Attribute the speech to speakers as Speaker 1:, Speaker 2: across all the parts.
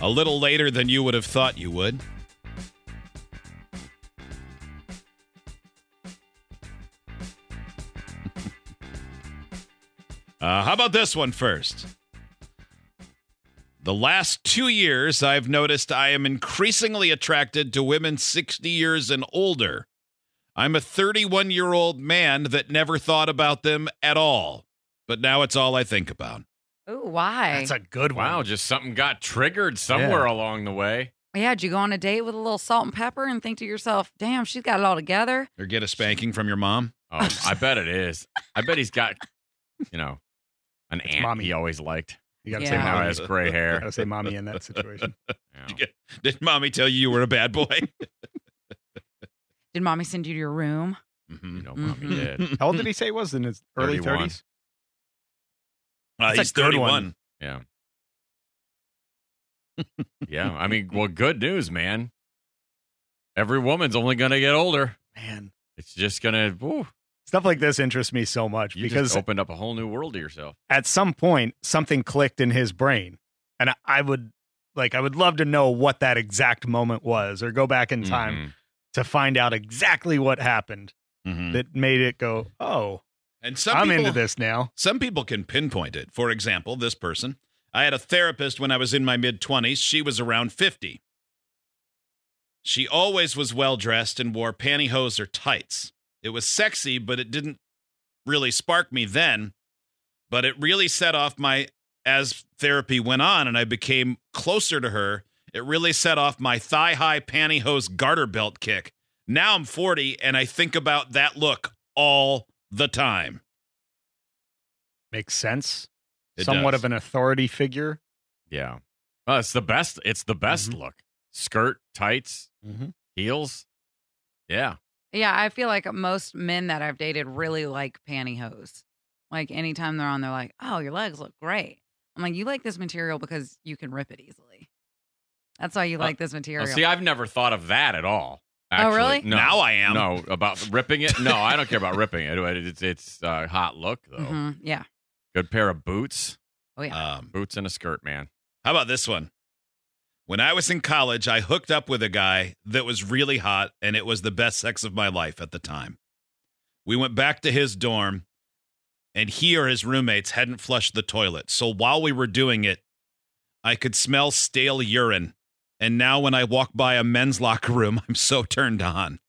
Speaker 1: a little later than you would have thought you would? Uh, how about this one first? The last two years, I've noticed I am increasingly attracted to women 60 years and older. I'm a 31 year old man that never thought about them at all, but now it's all I think about.
Speaker 2: Oh, why?
Speaker 3: That's a good one.
Speaker 4: Wow, just something got triggered somewhere along the way.
Speaker 2: yeah, did you go on a date with a little salt and pepper and think to yourself, damn, she's got it all together?
Speaker 1: Or get a spanking from your mom.
Speaker 4: Oh, I bet it is. I bet he's got, you know, an aunt
Speaker 3: mommy.
Speaker 4: he always liked.
Speaker 3: You gotta
Speaker 2: Yeah.
Speaker 3: say
Speaker 4: And now
Speaker 3: mommy.
Speaker 4: has gray
Speaker 3: You
Speaker 4: hair.
Speaker 3: gotta say mommy in that situation.
Speaker 4: Yeah.
Speaker 1: Did mommy tell you you were a bad boy?
Speaker 2: Did mommy send you to your room?
Speaker 1: mm-hmm.
Speaker 4: You know, mommy
Speaker 2: Mhm.
Speaker 4: did.
Speaker 3: How old did he say he was in his early
Speaker 4: 31.
Speaker 3: 30s?
Speaker 1: Uh,
Speaker 3: That's a
Speaker 1: he's
Speaker 3: good
Speaker 1: 31.
Speaker 3: one.
Speaker 4: Yeah. yeah. I mean, well, good news, man. Every woman's only going to get older.
Speaker 3: Man,
Speaker 4: It's just going to, woo,
Speaker 3: stuff like this interests me so much
Speaker 4: you
Speaker 3: because
Speaker 4: just opened up a whole new world to yourself.
Speaker 3: at some point something clicked in his brain, and I, I would like I would love to know what that exact moment was, or go back in time
Speaker 4: Mhm.
Speaker 3: to find out exactly what happened
Speaker 1: Mhm.
Speaker 3: that made it go, oh,
Speaker 1: And some
Speaker 3: I'm
Speaker 1: people,
Speaker 3: into this now.
Speaker 1: Some people can pinpoint it. For example, this person. I had a therapist when I was in my mid 20s. She was around 50. She always was well dressed and wore pantyhose or tights. It was sexy, but it didn't really spark me then. But it really set off my, as therapy went on and I became closer to her, it really set off my thigh high pantyhose garter belt kick. Now I'm 40 and I think about that look all the time.
Speaker 3: Makes sense.
Speaker 1: It
Speaker 3: Somewhat
Speaker 1: does.
Speaker 3: of an authority figure.
Speaker 4: Yeah. Oh, it's the best. It's the best
Speaker 3: Mm-hmm.
Speaker 4: look. Skirt, tights,
Speaker 3: Mhm.
Speaker 4: heels. Yeah.
Speaker 2: Yeah, I feel like most men that I've dated really like pantyhose. Like anytime they're on, they're like, oh, your legs look great. I'm like, you like this material because you can rip it easily. That's why you
Speaker 4: Uh,
Speaker 2: like this
Speaker 4: Now,
Speaker 2: material.
Speaker 4: see, I've never thought of that at all.
Speaker 2: Oh, really?
Speaker 4: Actually. No.
Speaker 1: Now I am.
Speaker 4: No, about ripping it. No, I don't care about ripping it. It- It's it's uh, hot look though.
Speaker 2: Mhm, Yeah.
Speaker 4: Good pair of boots,
Speaker 1: Um,
Speaker 4: boots and a skirt, man.
Speaker 1: how about this one? When I was in college, I hooked up with a guy that was really hot, and it was the best sex of my life at the time. We went back to his dorm, and he or his roommates hadn't flushed the toilet. So while we were doing it, I could smell stale urine. And now when I walk by a men's locker room, I'm so turned on.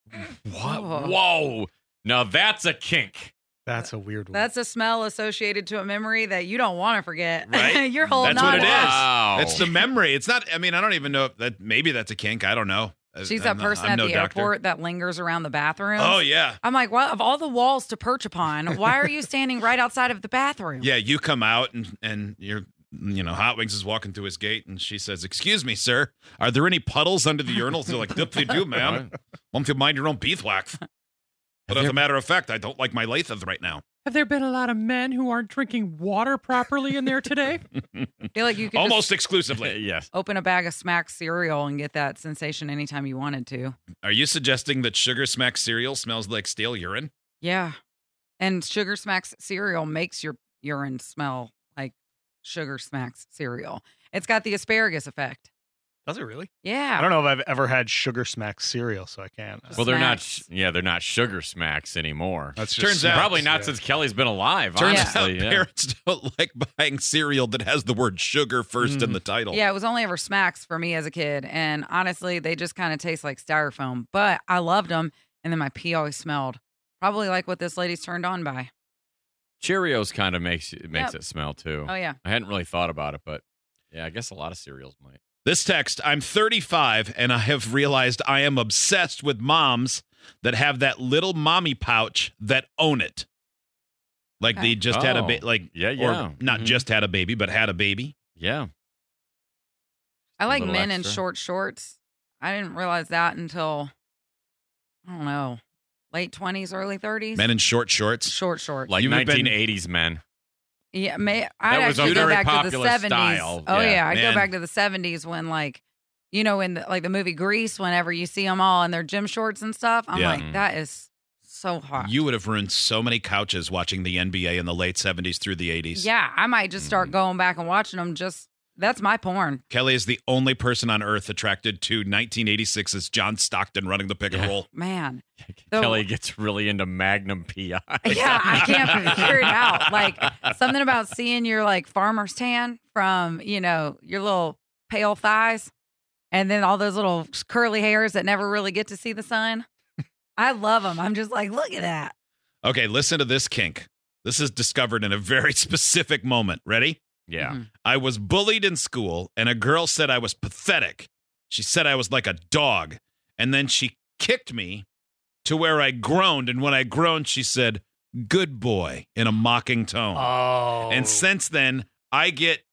Speaker 4: What?
Speaker 2: Whoa.
Speaker 4: Whoa! Now that's a kink.
Speaker 3: That's a weird one.
Speaker 2: Uh, That's a smell associated to a memory that you don't want to forget.
Speaker 1: Right?
Speaker 2: You're holding
Speaker 1: That's
Speaker 2: on
Speaker 1: what it
Speaker 2: to
Speaker 1: is.
Speaker 2: that.
Speaker 4: Wow.
Speaker 1: It's the memory. It's not, I mean, I don't even know if that, maybe that's a kink. I don't know.
Speaker 2: She's
Speaker 1: I'm
Speaker 2: that
Speaker 1: not-
Speaker 2: person
Speaker 1: I'm
Speaker 2: at
Speaker 1: no
Speaker 2: the
Speaker 1: doctor.
Speaker 2: airport that lingers around the bathroom.
Speaker 1: Oh, yeah.
Speaker 2: I'm like, well, of all the walls to perch upon, why are you standing right outside of the bathroom?
Speaker 1: Yeah, you come out and and you're you know Hot Wings is walking through his gate and she says, "Excuse me, sir, are there any puddles under the urinals?" They're like, "Dip they do, ma'am.
Speaker 4: Right.
Speaker 1: Won't you mind your own beeswax?" But as a matter of fact, I don't like my lathas right now.
Speaker 5: Have there been a lot of men who aren't drinking water properly in there today?
Speaker 2: I feel like you could
Speaker 1: Almost
Speaker 2: just
Speaker 1: exclusively.
Speaker 4: yes.
Speaker 2: open a bag of smack cereal and get that sensation anytime you wanted to.
Speaker 1: Are you suggesting that sugar smack cereal smells like stale urine?
Speaker 2: Yeah. And sugar smacks cereal makes your urine smell like sugar smacks cereal. It's got the asparagus effect.
Speaker 3: Does it really? I
Speaker 2: Yeah.
Speaker 3: don't know if I've ever had sugar smack cereal, so I can't.
Speaker 4: Well, they're not.
Speaker 2: Smacks.
Speaker 4: Yeah, they're not sugar smacks anymore.
Speaker 3: That's
Speaker 1: Turns out-
Speaker 4: Probably not since Kelly's been alive.
Speaker 1: Turns out
Speaker 4: honestly, yeah.
Speaker 1: parents don't like buying cereal that has the word sugar first in
Speaker 3: Mm.
Speaker 1: the title.
Speaker 2: Yeah, it was only ever smacks for me as a kid. And honestly, they just kind of taste like styrofoam, but I loved them. And then my pee always smelled probably like what this lady's turned on by.
Speaker 4: Cheerios kind of makes it makes
Speaker 2: Yep.
Speaker 4: it smell too.
Speaker 2: Oh, yeah.
Speaker 4: I hadn't really thought about it, but yeah, I guess a lot of cereals might.
Speaker 1: This text I'm 35 and I have realized I am obsessed with moms that have that little mommy pouch that own it. Like they just had a baby,
Speaker 4: Oh.
Speaker 1: like,
Speaker 4: Yeah,
Speaker 1: or
Speaker 4: yeah. Mm-hmm.
Speaker 1: not
Speaker 3: Mhm.
Speaker 1: just had a baby, but had a baby.
Speaker 4: Yeah.
Speaker 2: I
Speaker 4: A
Speaker 2: like
Speaker 4: little
Speaker 2: men in
Speaker 4: extra.
Speaker 2: short shorts. I didn't realize that until I don't know, late twenties, early thirties.
Speaker 1: Men in short shorts.
Speaker 2: short shorts.
Speaker 4: Like
Speaker 1: You've been-
Speaker 4: 1980s men.
Speaker 2: yeah, may, I
Speaker 4: That was a
Speaker 2: actually go
Speaker 4: very
Speaker 2: back to the
Speaker 4: popular
Speaker 2: seventies.
Speaker 4: style.
Speaker 2: Oh
Speaker 4: Yeah,
Speaker 2: yeah, I
Speaker 1: man.
Speaker 2: go back to the seventies when like, you know, in the, like the movie Grease, whenever you see them all in their gym shorts and stuff, I'm
Speaker 1: Yeah.
Speaker 4: Mhm.
Speaker 2: like, that is so hot.
Speaker 1: You would have ruined so many couches watching the NBA in the late 70s through the 80s.
Speaker 2: yeah, I might just start
Speaker 4: Mhm.
Speaker 2: going back and watching them. Just that's my porn.
Speaker 1: Kelly is the only person on earth attracted to 1986's John Stockton running the pick and
Speaker 4: Yeah.
Speaker 1: roll.
Speaker 2: Man, The-
Speaker 4: Kelly gets really into Magnum PI.
Speaker 2: yeah, I can't figure it out. Like something about seeing your like farmer's tan from you know your little pale thighs, and then all those little curly hairs that never really get to see the sun. I love them. I'm just like, look at that.
Speaker 1: Okay, listen to this kink. This is discovered in a very specific moment. Ready?
Speaker 4: Yeah.
Speaker 2: Mhm.
Speaker 1: I was bullied in school, and a girl said I was pathetic. She said I was like a dog. And then she kicked me to where I groaned. And when I groaned, she said, Good boy, in a mocking tone.
Speaker 3: Oh.
Speaker 1: And since then, I get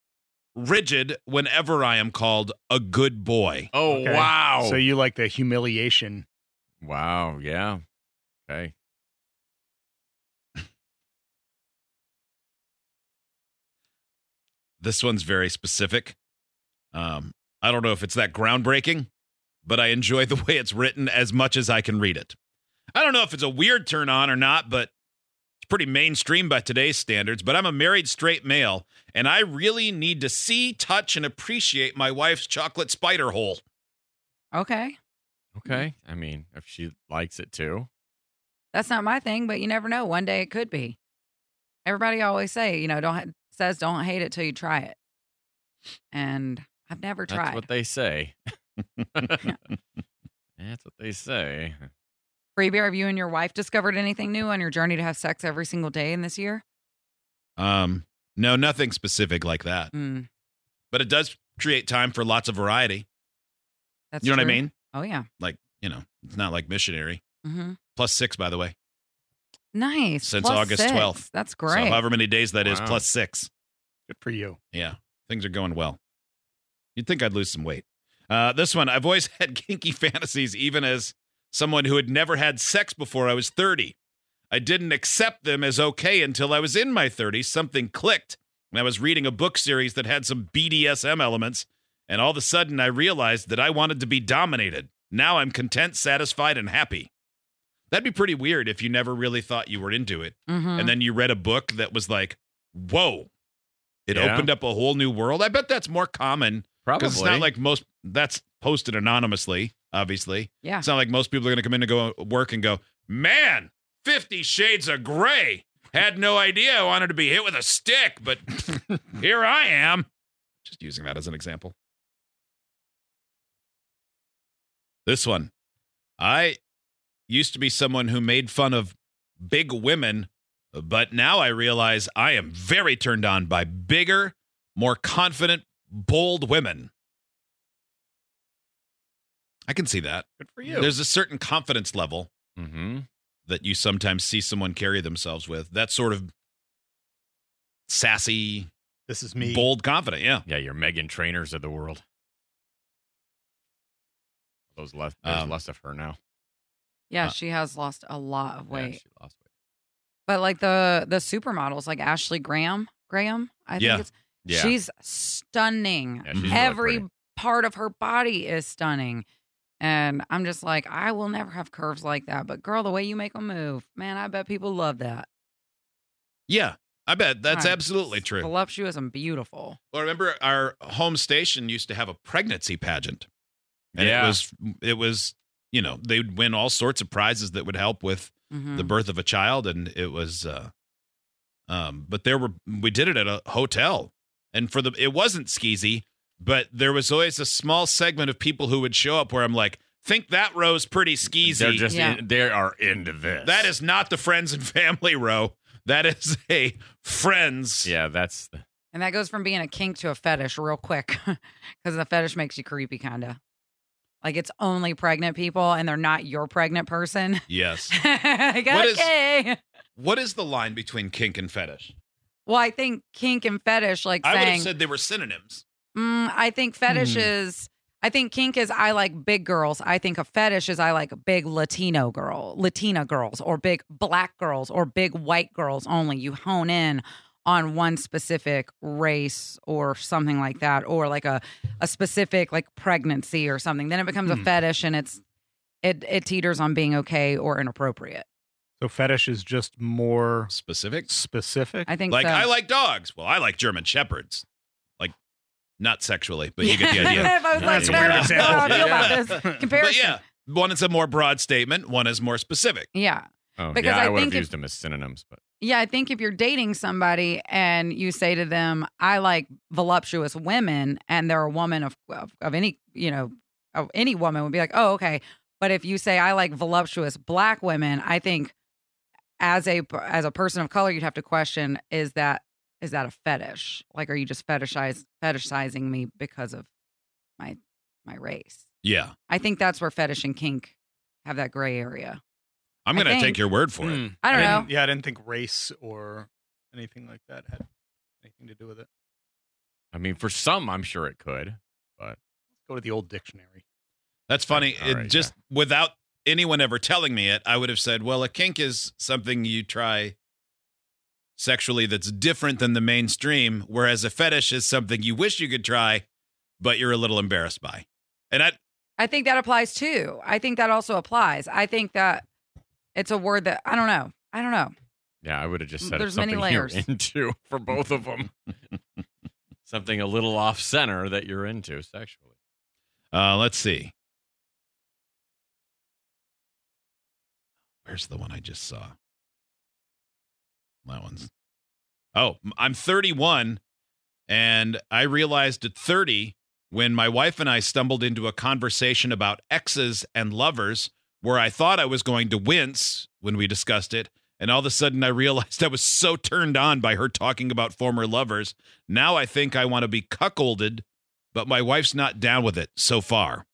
Speaker 1: rigid whenever I am called a good boy.
Speaker 4: Oh
Speaker 3: Okay.
Speaker 4: wow.
Speaker 3: So you like the humiliation.
Speaker 4: wow. Yeah. Okay.
Speaker 1: This one's very specific. Um, I don't know if it's that groundbreaking, but I enjoy the way it's written as much as I can read it. I don't know if it's a weird turn on or not, but it's pretty mainstream by today's standards. But I'm a married straight male, and I really need to see, touch, and appreciate my wife's chocolate spider hole.
Speaker 2: Okay,
Speaker 4: Okay.
Speaker 2: Mm-hmm.
Speaker 4: I mean, if she likes it too.
Speaker 2: that's not my thing, but you never know. One day it could be. Everybody always say, you know, don't ha- says don't hate it till you try it, and I've never
Speaker 4: That's
Speaker 2: tried.
Speaker 4: what they say. That's what they say.
Speaker 2: Free beer, have you and your wife discovered anything new on your journey to have sex every single day in this year?
Speaker 1: Um, no, nothing specific like that,
Speaker 2: Mm,
Speaker 1: but it does create time for lots of variety.
Speaker 2: that's
Speaker 1: you know what
Speaker 2: true.
Speaker 1: I mean?
Speaker 2: Oh yeah.
Speaker 1: Like, you know, it's not like missionary.
Speaker 2: Mm-hmm.
Speaker 1: Plus six, by the way.
Speaker 2: Nice.
Speaker 1: Since
Speaker 2: Plus
Speaker 1: August
Speaker 2: six.
Speaker 1: 12th.
Speaker 2: That's
Speaker 1: So
Speaker 2: great.
Speaker 1: however many days that is,
Speaker 4: Wow.
Speaker 1: plus six.
Speaker 3: Good for you.
Speaker 1: Yeah, things are going well. You'd think I'd lose some weight. Uh, this one, I've always had kinky fantasies, even as someone who had never had sex before I was 30. I didn't accept them as okay until I was in my 30s. Something clicked, and I was reading a book series that had some BDSM elements, and all of a sudden I realized that I wanted to be dominated. Now I'm content, satisfied, and happy. That'd be pretty weird if you never really thought you were into it
Speaker 2: Mhm.
Speaker 1: and then you read a book that was like, whoa, it
Speaker 4: Yeah.
Speaker 1: opened up a whole new world. I bet that's more common
Speaker 4: Probably.
Speaker 1: because it's not like most that's posted anonymously, obviously.
Speaker 2: yeah.
Speaker 1: It's not like most people are going to come in and go work and go, man, 50 Shades of Gray. Had no idea I wanted to be hit with a stick, but here I am. Just using that as an example. This one. I used to be someone who made fun of big women, but now I realize I am very turned on by bigger, more confident, bold women. I can see that.
Speaker 3: Good for you.
Speaker 1: There's a certain confidence level
Speaker 4: Mm-hmm.
Speaker 1: that you sometimes see someone carry themselves with. That sort of sassy,
Speaker 3: this is me.
Speaker 1: bold confident. Yeah.
Speaker 4: Yeah, your Megan trainers of the world. Those left. There's
Speaker 1: Um,
Speaker 4: less of her now.
Speaker 2: yeah.
Speaker 1: uh,
Speaker 2: she has lost a lot of
Speaker 4: Yeah,
Speaker 2: weight.
Speaker 4: she lost weight.
Speaker 2: but like the the supermodels, like Ashley Graham, Graham, I think
Speaker 1: Yeah.
Speaker 2: it's
Speaker 4: Yeah.
Speaker 2: she's stunning.
Speaker 4: Yeah, she's really
Speaker 2: Every
Speaker 4: pretty.
Speaker 2: part of her body is stunning. And I'm just like, I will never have curves like that. But girl, the way you make them move, man, I bet people love that.
Speaker 1: Yeah. I bet that's
Speaker 2: I'm
Speaker 1: absolutely true.
Speaker 2: Voluptuous and beautiful.
Speaker 1: Well, remember our home station used to have a pregnancy pageant. And
Speaker 4: yeah.
Speaker 1: it was it was, you know, they would win all sorts of prizes that would help with
Speaker 2: Mhm.
Speaker 1: the birth of a child and it was uh um but there were we did it at a hotel and for the it wasn't skeezy but there was always a small segment of people who would show up where i'm like think that row's pretty skeezy
Speaker 4: They're just.
Speaker 2: Yeah.
Speaker 4: In, they are into this.
Speaker 1: that is not the friends and family row that is a friends
Speaker 4: Yeah, that's. The,
Speaker 2: And that goes from being a kink to a fetish real quick because the fetish makes you creepy, kind of. Like it's only pregnant people and they're not your pregnant person.
Speaker 1: yes
Speaker 2: like,
Speaker 1: What is-
Speaker 2: okay.
Speaker 1: what is the line between kink and fetish
Speaker 2: Well, I think kink and fetish, like
Speaker 1: i would have
Speaker 2: saying,
Speaker 1: said they were synonyms
Speaker 2: mm, I think fetish
Speaker 5: Hmm.
Speaker 2: is, I think kink is I like big girls. I think a fetish is I like big Latino girl, Latina girls, or big black girls, or big white girls only. You hone in on one specific race or something like that, or like a a specific like pregnancy or something. Then it becomes
Speaker 3: Hmm.
Speaker 2: a fetish, and it's it it teeters on being okay or inappropriate.
Speaker 3: So fetish is just more
Speaker 1: Specific?
Speaker 3: specific.
Speaker 2: I think
Speaker 1: Like
Speaker 2: so.
Speaker 1: I like dogs. Well, I like German shepherds. Like not sexually, but you get the idea.
Speaker 2: if I was like,
Speaker 3: That's
Speaker 1: a
Speaker 2: "Better,
Speaker 1: weird
Speaker 2: I don't know how I feel about
Speaker 1: example.
Speaker 2: this
Speaker 1: But
Speaker 2: comparison.
Speaker 1: yeah, one is a more broad statement, one is more specific.
Speaker 2: yeah.
Speaker 4: Oh,
Speaker 2: Because
Speaker 4: yeah,
Speaker 2: I
Speaker 4: I, would
Speaker 2: think
Speaker 4: have
Speaker 2: if-
Speaker 4: used them as synonyms, but
Speaker 2: Yeah, I think if you're dating somebody and you say to them, "I like voluptuous women," and they're a woman of of, of any you know, of any woman would be like, "Oh, okay." But if you say, "I like voluptuous black women," I think as a as a person of color, you'd have to question: Is that is that a fetish? Like, are you just fetishize fetishizing me because of my my race?
Speaker 1: Yeah.
Speaker 2: I think that's where fetish and kink have that gray area.
Speaker 1: I'm
Speaker 2: I
Speaker 1: going to
Speaker 2: think-
Speaker 1: take your word for it.
Speaker 3: Hmm.
Speaker 2: I don't know.
Speaker 3: didn't- Yeah, I didn't think race or anything like that had anything to do with it.
Speaker 4: I mean, for some, I'm sure it could.
Speaker 3: Go to the old dictionary.
Speaker 1: That's funny.
Speaker 4: All
Speaker 1: it
Speaker 4: right,
Speaker 1: just without anyone ever telling me it, I would have said, well, a kink is something you try sexually that's different than the mainstream, whereas a fetish is something you wish you could try, but you're a little embarrassed by. And I,
Speaker 2: I think that applies too. I think that also applies. I think that it's a word that I don't know. I don't know.
Speaker 4: Yeah, I would have just said
Speaker 2: There's
Speaker 4: it's
Speaker 2: many
Speaker 4: something you're
Speaker 2: layers.
Speaker 4: into for both of them. something a little off center that you're into sexually.
Speaker 1: uh, let's see. Where's the one I just saw? That one's. Oh, I'm 31, and I realized at 30 when my wife and I stumbled into a conversation about exes and lovers where I thought I was going to wince when we discussed it. And all of a sudden, I realized I was so turned on by her talking about former lovers. Now I think I want to be cuckolded, but my wife's not down with it so far.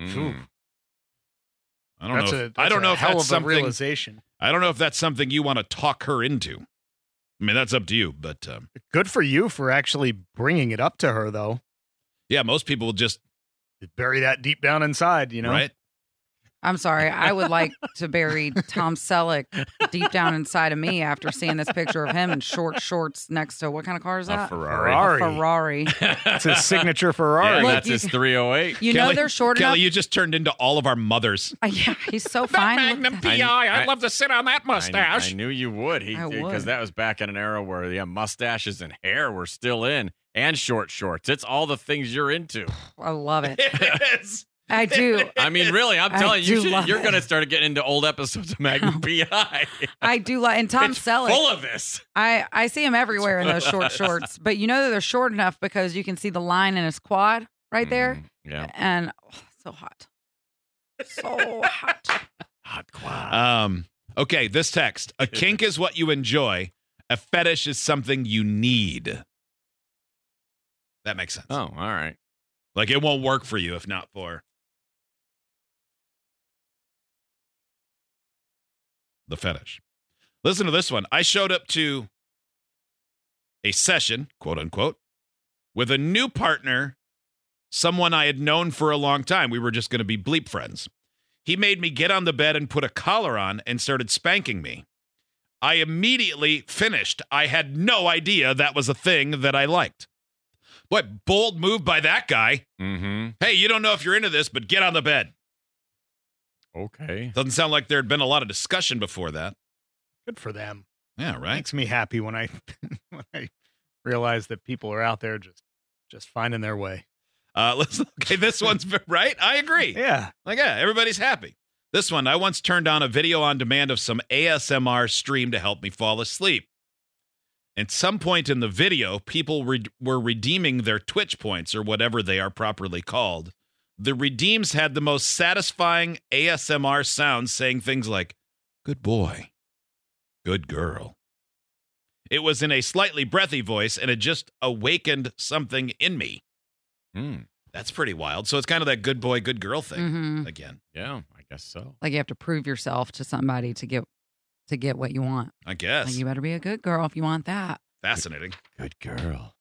Speaker 4: Mm.
Speaker 1: I don't
Speaker 3: that's
Speaker 1: Hmm. know.
Speaker 3: a
Speaker 1: if,
Speaker 3: that's
Speaker 1: I don't
Speaker 3: a
Speaker 1: know if
Speaker 3: hell
Speaker 1: that's
Speaker 3: of a
Speaker 1: something.
Speaker 3: realization.
Speaker 1: I don't know if that's something you want to talk her into. I mean, that's up to you. But um,
Speaker 3: Good for you for actually bringing it up to her, though.
Speaker 1: yeah, most people will just
Speaker 3: Bury that deep down inside, you know.
Speaker 1: right.
Speaker 2: I'm sorry. I would like to bury Tom Selleck deep down inside of me after seeing this picture of him in short shorts next to what kind of car is
Speaker 4: A
Speaker 2: that?
Speaker 4: Ferrari.
Speaker 3: Ferrari.
Speaker 2: Uh, Ferrari.
Speaker 3: It's his signature Ferrari.
Speaker 4: Yeah,
Speaker 2: Look,
Speaker 4: that's
Speaker 2: you-
Speaker 4: his 308.
Speaker 2: You know
Speaker 1: Kelly,
Speaker 2: they're short
Speaker 1: Kelly,
Speaker 2: enough.
Speaker 1: you just turned into all of our mothers.
Speaker 2: yeah, he's so fine. Look-
Speaker 4: PI, I'd I-
Speaker 1: love to sit on that
Speaker 4: I, I knew you would. He
Speaker 2: I would.
Speaker 4: because that was back in an era where yeah, mustaches and hair were still in, and short shorts. It's all the things you're into.
Speaker 2: I love it.
Speaker 1: It is.
Speaker 2: I do.
Speaker 4: I mean, really, I'm
Speaker 2: I
Speaker 4: telling you,
Speaker 2: do
Speaker 4: you should,
Speaker 2: love
Speaker 4: you're
Speaker 2: it.
Speaker 4: going to start getting into old episodes of Magnum PI.
Speaker 2: I do like and Tom
Speaker 4: it's
Speaker 2: Selleck.
Speaker 4: full of this.
Speaker 2: I I see him everywhere in those short shorts, but you know that they're short enough because you can see the line in his quad right there.
Speaker 4: Mm, yeah.
Speaker 2: and oh, so hot. So hot.
Speaker 4: Hot quad.
Speaker 1: Um, okay, this text. A kink is what you enjoy. A fetish is something you need. That makes sense.
Speaker 4: oh, all right.
Speaker 1: Like it won't work for you if not for the fetish. Listen to this one. I showed up to a session, quote unquote, with a new partner, someone I had known for a long time. We were just going to be bleep friends. He made me get on the bed and put a collar on and started spanking me. I immediately finished. I had no idea that was a thing that I liked. What bold move by that guy.
Speaker 4: Mm-hmm.
Speaker 1: Hey, you don't know if you're into this, but get on the bed.
Speaker 4: Okay.
Speaker 1: Doesn't sound like there had been a lot of discussion before that.
Speaker 3: Good for them.
Speaker 1: Yeah, right.
Speaker 3: Makes me happy when I when I realize that people are out there just just finding their way.
Speaker 1: Uh, let's, okay, this one's right. I agree.
Speaker 3: Yeah.
Speaker 1: Like, yeah, everybody's happy. This one, I once turned on a video on demand of some ASMR stream to help me fall asleep. At some point in the video, people re- were redeeming their Twitch points or whatever they are properly called. The redeems had the most satisfying ASMR sounds saying things like, Good boy, good girl. It was in a slightly breathy voice and it just awakened something in me.
Speaker 4: Mm,
Speaker 1: That's pretty wild. So it's kind of that good boy, good girl thing
Speaker 2: Mhm.
Speaker 1: again.
Speaker 4: yeah, I guess so.
Speaker 2: Like you have to prove yourself to somebody to get to get what you want.
Speaker 1: I guess.
Speaker 2: Like you better be a good girl if you want that.
Speaker 1: Fascinating.
Speaker 4: Good girl.